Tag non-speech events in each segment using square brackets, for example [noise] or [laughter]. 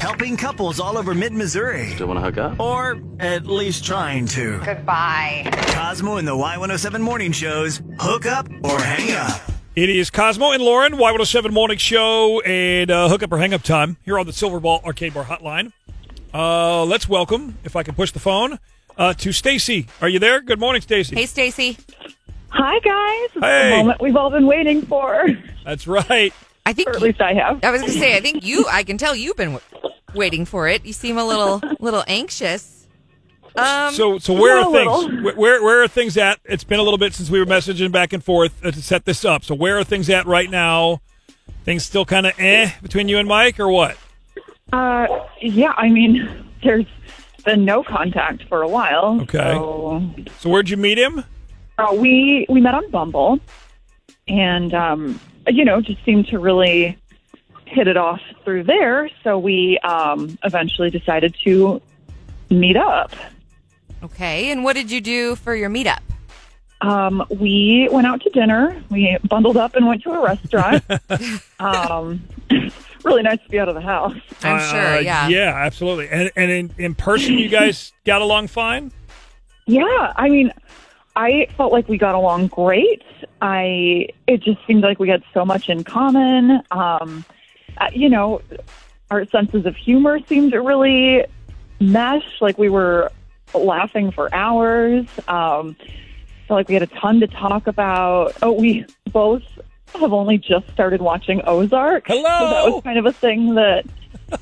helping couples all over mid Missouri. Still want to hook up? Or at least trying to. Goodbye. Cosmo and the Y107 morning shows hook up or hang up. It is Cosmo and Lauren, Y107 Morning Show, and uh, hook up or hang up time here on the Silver Ball Arcade Bar Hotline. Uh, let's welcome, if I can push the phone, uh, to Stacy. Are you there? Good morning, Stacy. Hey, Stacy. Hi, guys. It's Hey. the moment we've all been waiting for, [laughs] That's right. I think or at least I have. I was gonna say. I think you. I can tell you've been w- waiting for it. You seem a [laughs] little little anxious. Um. So, so where yeah, are a things? little. Where, where where are things at? It's been a little bit since we were messaging back and forth uh, to set this up. So, where are things at right now? Things still kind of eh between you and Mike, or what? Uh, yeah, I mean, there's been no contact for a while. Okay. So, So, where'd you meet him? uh, we we met on Bumble, and um, you know, just seemed to really hit it off through there. So we um, eventually decided to meet up. Okay. And what did you do for your meetup? Um, we went out to dinner. We bundled up and went to a restaurant. [laughs] um, [laughs] really nice to be out of the house. I'm Uh, sure. Yeah. Yeah, absolutely. And and in, in person, you guys got along fine. Yeah, I mean, I felt like we got along great. I it just seemed like we had so much in common. Um, uh, you know, our senses of humor seemed to really mesh. Like we were laughing for hours. Um, felt like we had a ton to talk about. Oh, we both have only just started watching Ozark. so that Hello! was kind of a thing that.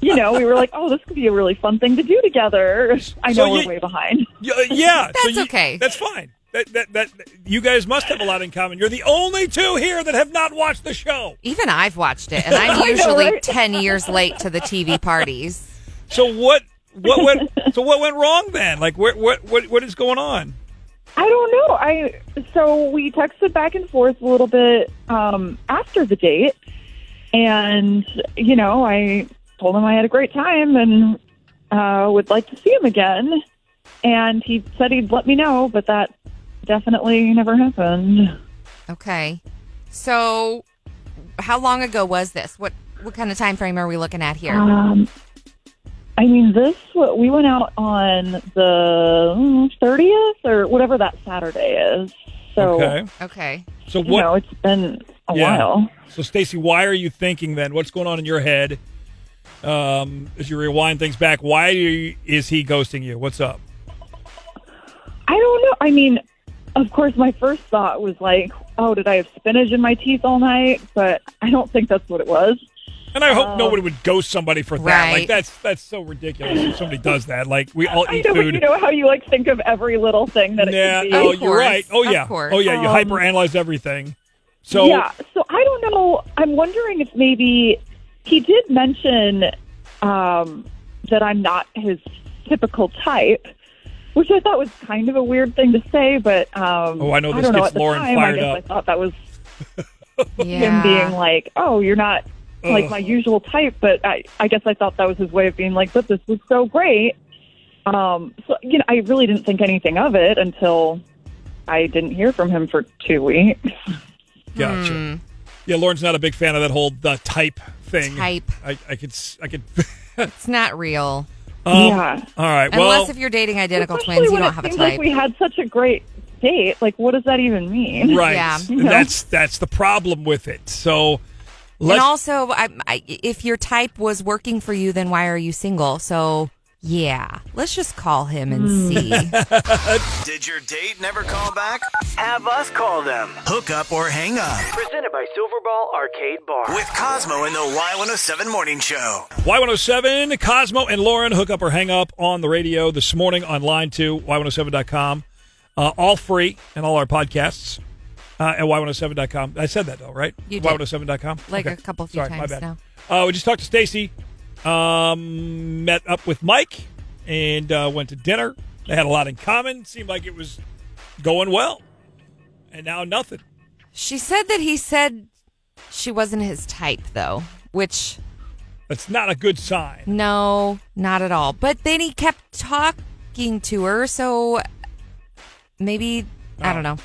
You know, we were like, "Oh, this could be a really fun thing to do together." [laughs] I So know you- we're way behind. Yeah, uh, yeah. so That's you- okay. That's fine. That, that that you guys must have a lot in common. You're the only two here that have not watched the show. Even I've watched [laughs] it, and I'm usually right? ten years late to the [laughs] TV parties. So what what went so what went wrong then? Like what what what what is going on? I don't know. I so we texted back and forth a little bit um, after the date, and you know, I told him I had a great time and uh, would like to see him again. And he said he'd let me know, but that definitely never happened. Okay. So, how long ago was this? What what kind of time frame are we looking at here? Um, I mean, this what we went out on the thirtieth or whatever that Saturday is. So Okay. Okay. So you know, what? it's been a Yeah. while. So Stacy, why are you thinking then? What's going on in your head? Um, as you rewind things back, why do you, is he ghosting you? What's up? I don't know. I mean, of course, my first thought was like, oh, did I have spinach in my teeth all night? But I don't think that's what it was. And I hope Oh. nobody would ghost somebody for that. Like Right. that's that's so ridiculous. If somebody does that, like we all I eat know, but food. you know how you like think of every little thing that yeah. it could be. Oh, Of you're course. right. Oh Of yeah. course. Oh yeah. You Um, hyperanalyze everything. So yeah. So I don't know. I'm wondering if maybe he did mention um, that I'm not his typical type. Which I thought was kind of a weird thing to say, but um, Oh, I know this don't gets at the Lauren time, fired I guess up. I thought that was Yeah. him being like, "Oh, you're not like Ugh. my usual type," but I, I guess I thought that was his way of being like, "But this was so great." Um, so you know, I really didn't think anything of it until I didn't hear from him for two weeks. gotcha. Hmm. Yeah, Lauren's not a big fan of that whole the type thing. Type. I, I could. s- I could. [laughs] it's not real. um, yeah, All right. Unless Well, if you're dating Oh. identical Especially twins, you when don't it have a seems type. Like we had such a great date. Like, what does that even mean? right. Yeah. And That's that's the problem with it. So and let's. also, I, I, if your type was working for you, then why are you single? So, yeah, let's just call him and Hmm. [laughs] see. Did your date never call back? Have us call them. Hook up or hang up Presented by Silverball Arcade Bar. with Cosmo and the Y107 morning show. Y107, Cosmo and Lauren hook up or hang up on the radio this morning online to y107.com. Uh, all free and all our podcasts uh, at y107.com. I said that though, right? You did. Y107.com. Like a couple few Sorry, my times bad. now. Uh, we just talked to Stacy. Um, met up with Mike and uh, went to dinner. They had a lot in common. Seemed like it was going well. And now nothing. she said that he said she wasn't his type, though, which, That's not a good sign. no, not at all. But then he kept talking to her, so maybe, I don't know.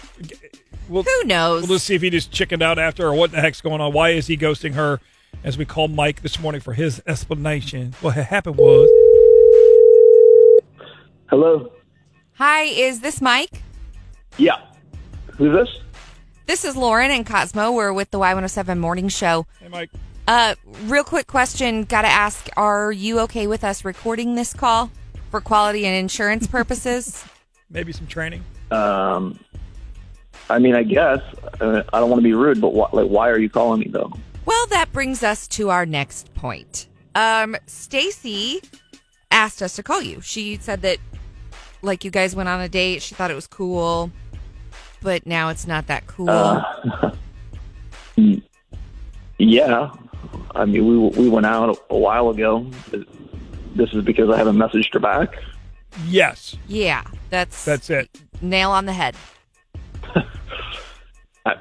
Well, Who knows? Well, let's see if he just chickened out after or what the heck's going on. Why is he ghosting her? as we called Mike this morning for his explanation. What had happened was Hello. Hi, is this Mike? Yeah. Who's this? This is Lauren and Cosmo. We're with the Y107 Morning Show. Hey, Mike. Uh, real quick question. Gotta ask, are you okay with us recording this call for quality and [laughs] insurance purposes? Maybe some training. Um, I mean, I guess uh, I don't want to be rude, but why, like, why are you calling me though? Well, that brings us to our next point. Um, Stacy asked us to call you. She said that, like, you guys went on a date. She thought it was cool, but now it's not that cool. Yeah. I mean, we we went out a while ago. This is because I haven't messaged her back. Yes, yeah, that's that's it. nail on the head. I,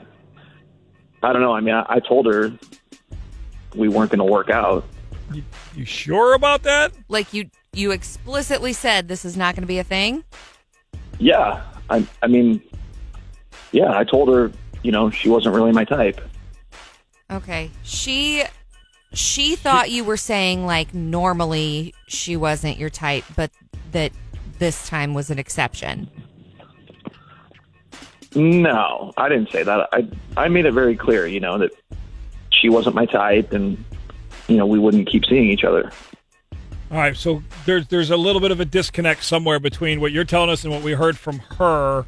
I don't know. I mean, I, I told her we weren't going to work out. You, you sure about that? Like you, you explicitly said this is not going to be a thing. Yeah. I I mean, yeah. I told her, you know, she wasn't really my type. Okay. She she thought you were saying like normally she wasn't your type, but that this time was an exception. No, I didn't say that. I I made it very clear, you know, that she wasn't my type, and you know, we wouldn't keep seeing each other. All right, so there's there's a little bit of a disconnect somewhere between what you're telling us and what we heard from her.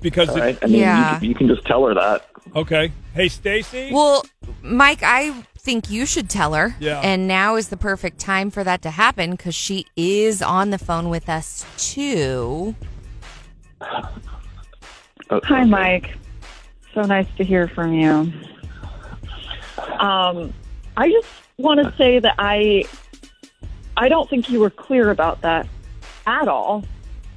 Because All it- right? I mean, Yeah. you, can- you can just tell her that. okay, hey Stacy, Well, Mike, I think you should tell her. Yeah. And now is the perfect time for that to happen because she is on the phone with us too. Oh, Hi, Mike. So nice to hear from you. Um, I just want to say that I, I don't think you were clear about that at all.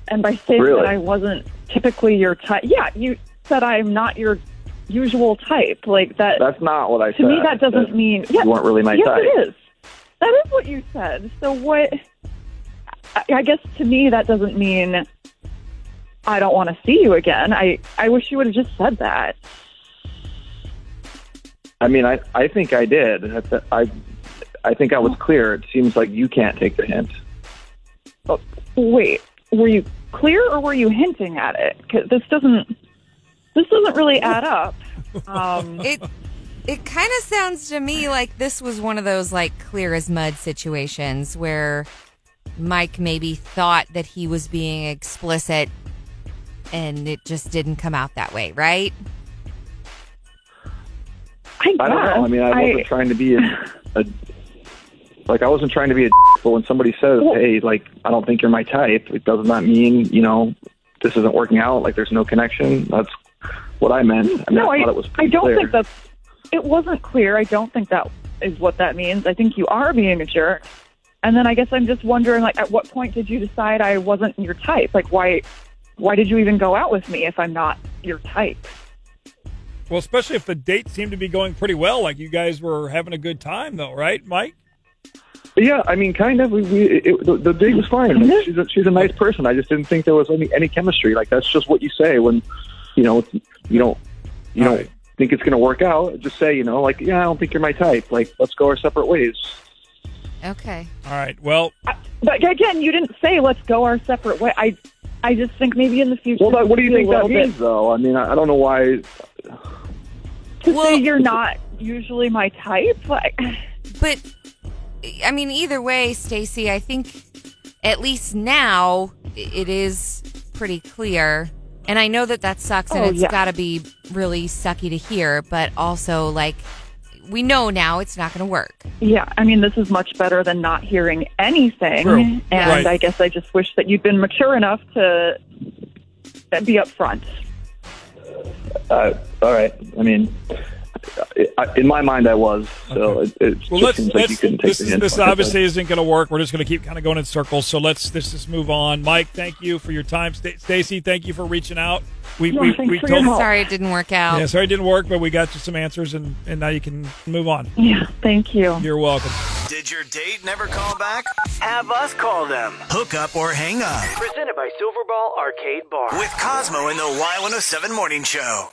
And by saying Really? that I wasn't typically your type, yeah, you said I'm not your usual type. Like that. That's not what I to said. me, that doesn't mean yeah, weren't really my yes, type. it is. That is what you said. So what? I, I guess to me, that doesn't mean I don't want to see you again. I I wish you would have just said that. I mean, I I think I did. I th- I I think I was clear. It seems like you can't take the hint. Oh, Wait, were you clear or were you hinting at it? 'Cause this doesn't this doesn't really add up. Um, It it kind of sounds to me like this was one of those like clear as mud situations where Mike maybe thought that he was being explicit and it just didn't come out that way, right? I, I don't guess. know. I mean, I wasn't trying to be a, a like I wasn't trying to be a. But when somebody says, Well- "Hey, like I don't think you're my type," it does not mean you know this isn't working out. Like there's no connection. That's what I meant. I mean, no, I I, thought it was I pretty don't clear. think that's. It wasn't clear. I don't think that is what that means. I think you are being a jerk. And then I guess I'm just wondering, like, at what point did you decide I wasn't your type? Like, why, why did you even go out with me if I'm not your type? well, especially if the date seemed to be going pretty well, like you guys were having a good time, though, right, Mike? But yeah, I mean, kind of. We, we it, the, the date was fine. Mm-hmm. Like, she's a, she's a nice person. I just didn't think there was any any chemistry. Like that's just what you say when you know you don't you All don't right. think it's going to work out. Just say you know like yeah, I don't think you're my type. Like let's go our separate ways. Okay. All right, well, But again, you didn't say let's go our separate way. I, I just think maybe in the future. Well, that, what do you be a think that little bit- means, though? I mean, I, I don't know why. To Well- say you're not usually my type, like. [laughs] But I mean, either way, Stacy, I think at least now i- it is pretty clear. And I know that that sucks, and Oh, it's yeah. got to be really sucky to hear. But also, like, we know now it's not going to work. Yeah, I mean, this is much better than not hearing anything. True. And Right. I guess I just wish that you'd been mature enough to be upfront. Uh, all right. I mean, I, in my mind, I was. So Okay. it, it well, just let's. seems like let's you couldn't take this the is, hint. this Like I said. obviously isn't going to work. We're just going to keep kind of going in circles. So let's let's just move on. Mike, thank you for your time. St- Stacy, thank you for reaching out. We Yeah, we, thanks we for your told help. Sorry, it didn't work out. Yeah, sorry it didn't work, but we got you some answers, and, and now you can move on. Yeah, thank you. You're welcome. Did your date never call back? Have us call them. Hook up or hang up Presented by Silverball Arcade Bar. with Cosmo in the Y107 Morning Show.